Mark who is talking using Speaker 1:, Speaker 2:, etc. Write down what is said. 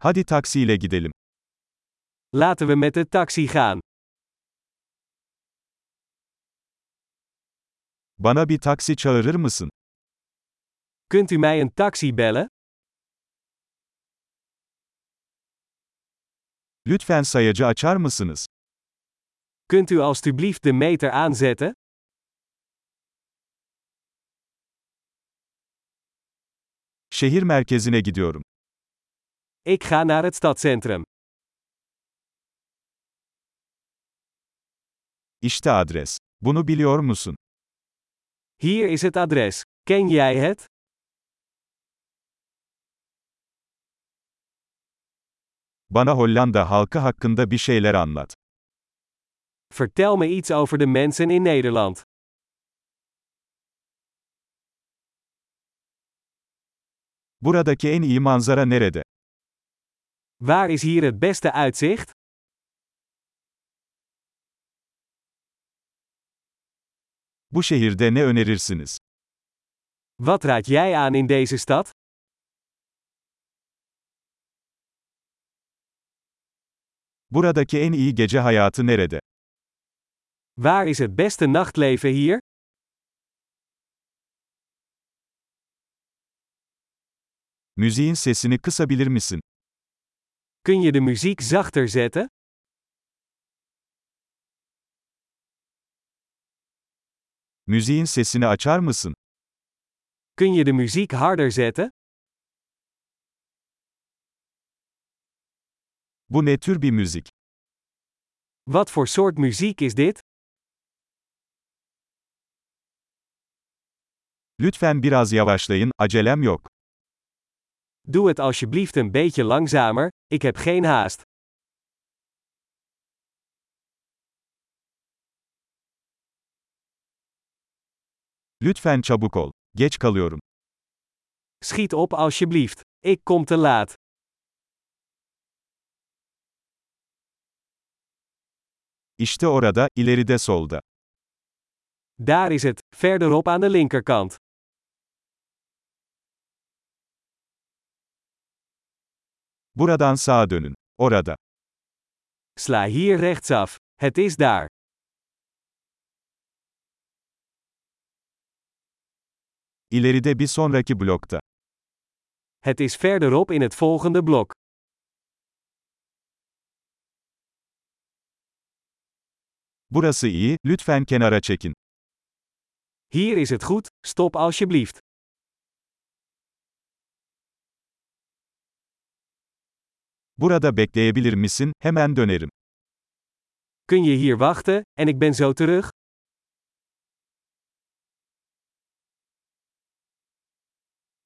Speaker 1: Hadi taksiyle gidelim.
Speaker 2: Laten we met de taxi gaan.
Speaker 1: Bana bir taksi çağırır mısın?
Speaker 2: Kunt u mij een taxi bellen?
Speaker 1: Lütfen sayacı açar mısınız?
Speaker 2: Kunt u alstublieft de meter aanzetten?
Speaker 1: Şehir merkezine gidiyorum.
Speaker 2: Ik ga naar het stadcentrum.
Speaker 1: İşte adres. Bunu biliyor musun?
Speaker 2: Hier is het adres. Ken jij het?
Speaker 1: Bana Hollanda halkı hakkında bir şeyler anlat.
Speaker 2: Vertel me iets over de mensen in Nederland.
Speaker 1: Buradaki en iyi manzara nerede?
Speaker 2: Waar is hier het beste uitzicht?
Speaker 1: Bu şehirde ne önerirsiniz?
Speaker 2: Wat raad jij aan in deze stad?
Speaker 1: Buradaki en iyi gece hayatı nerede?
Speaker 2: Waar is het beste nachtleven hier?
Speaker 1: Müziğin sesini kısabilir misin?
Speaker 2: Kun je de muziek zachter zetten?
Speaker 1: Müziğin sesini açar mısın?
Speaker 2: Kun je de muziek harder zetten?
Speaker 1: Bu ne tür bir müzik?
Speaker 2: Wat voor soort muziek is dit?
Speaker 1: Lütfen biraz yavaşlayın, acelem yok.
Speaker 2: Doe het alsjeblieft een beetje langzamer, ik heb geen haast.
Speaker 1: Lütfen çabuk ol. Geç kalıyorum.
Speaker 2: Schiet op alsjeblieft, ik kom te laat.
Speaker 1: İşte orada, ileride solda.
Speaker 2: Daar is het, verderop aan de linkerkant.
Speaker 1: Buradan sağa dönün. Orada.
Speaker 2: Sla hier rechtsaf. Het is daar.
Speaker 1: İleride bir sonraki blokta.
Speaker 2: Het is verderop in het volgende blok.
Speaker 1: Burası iyi, lütfen kenara çekin.
Speaker 2: Hier is het goed, stop alsjeblieft.
Speaker 1: Burada bekleyebilir misin? Hemen dönerim.
Speaker 2: Kun je hier wachten, en ik ben zo terug?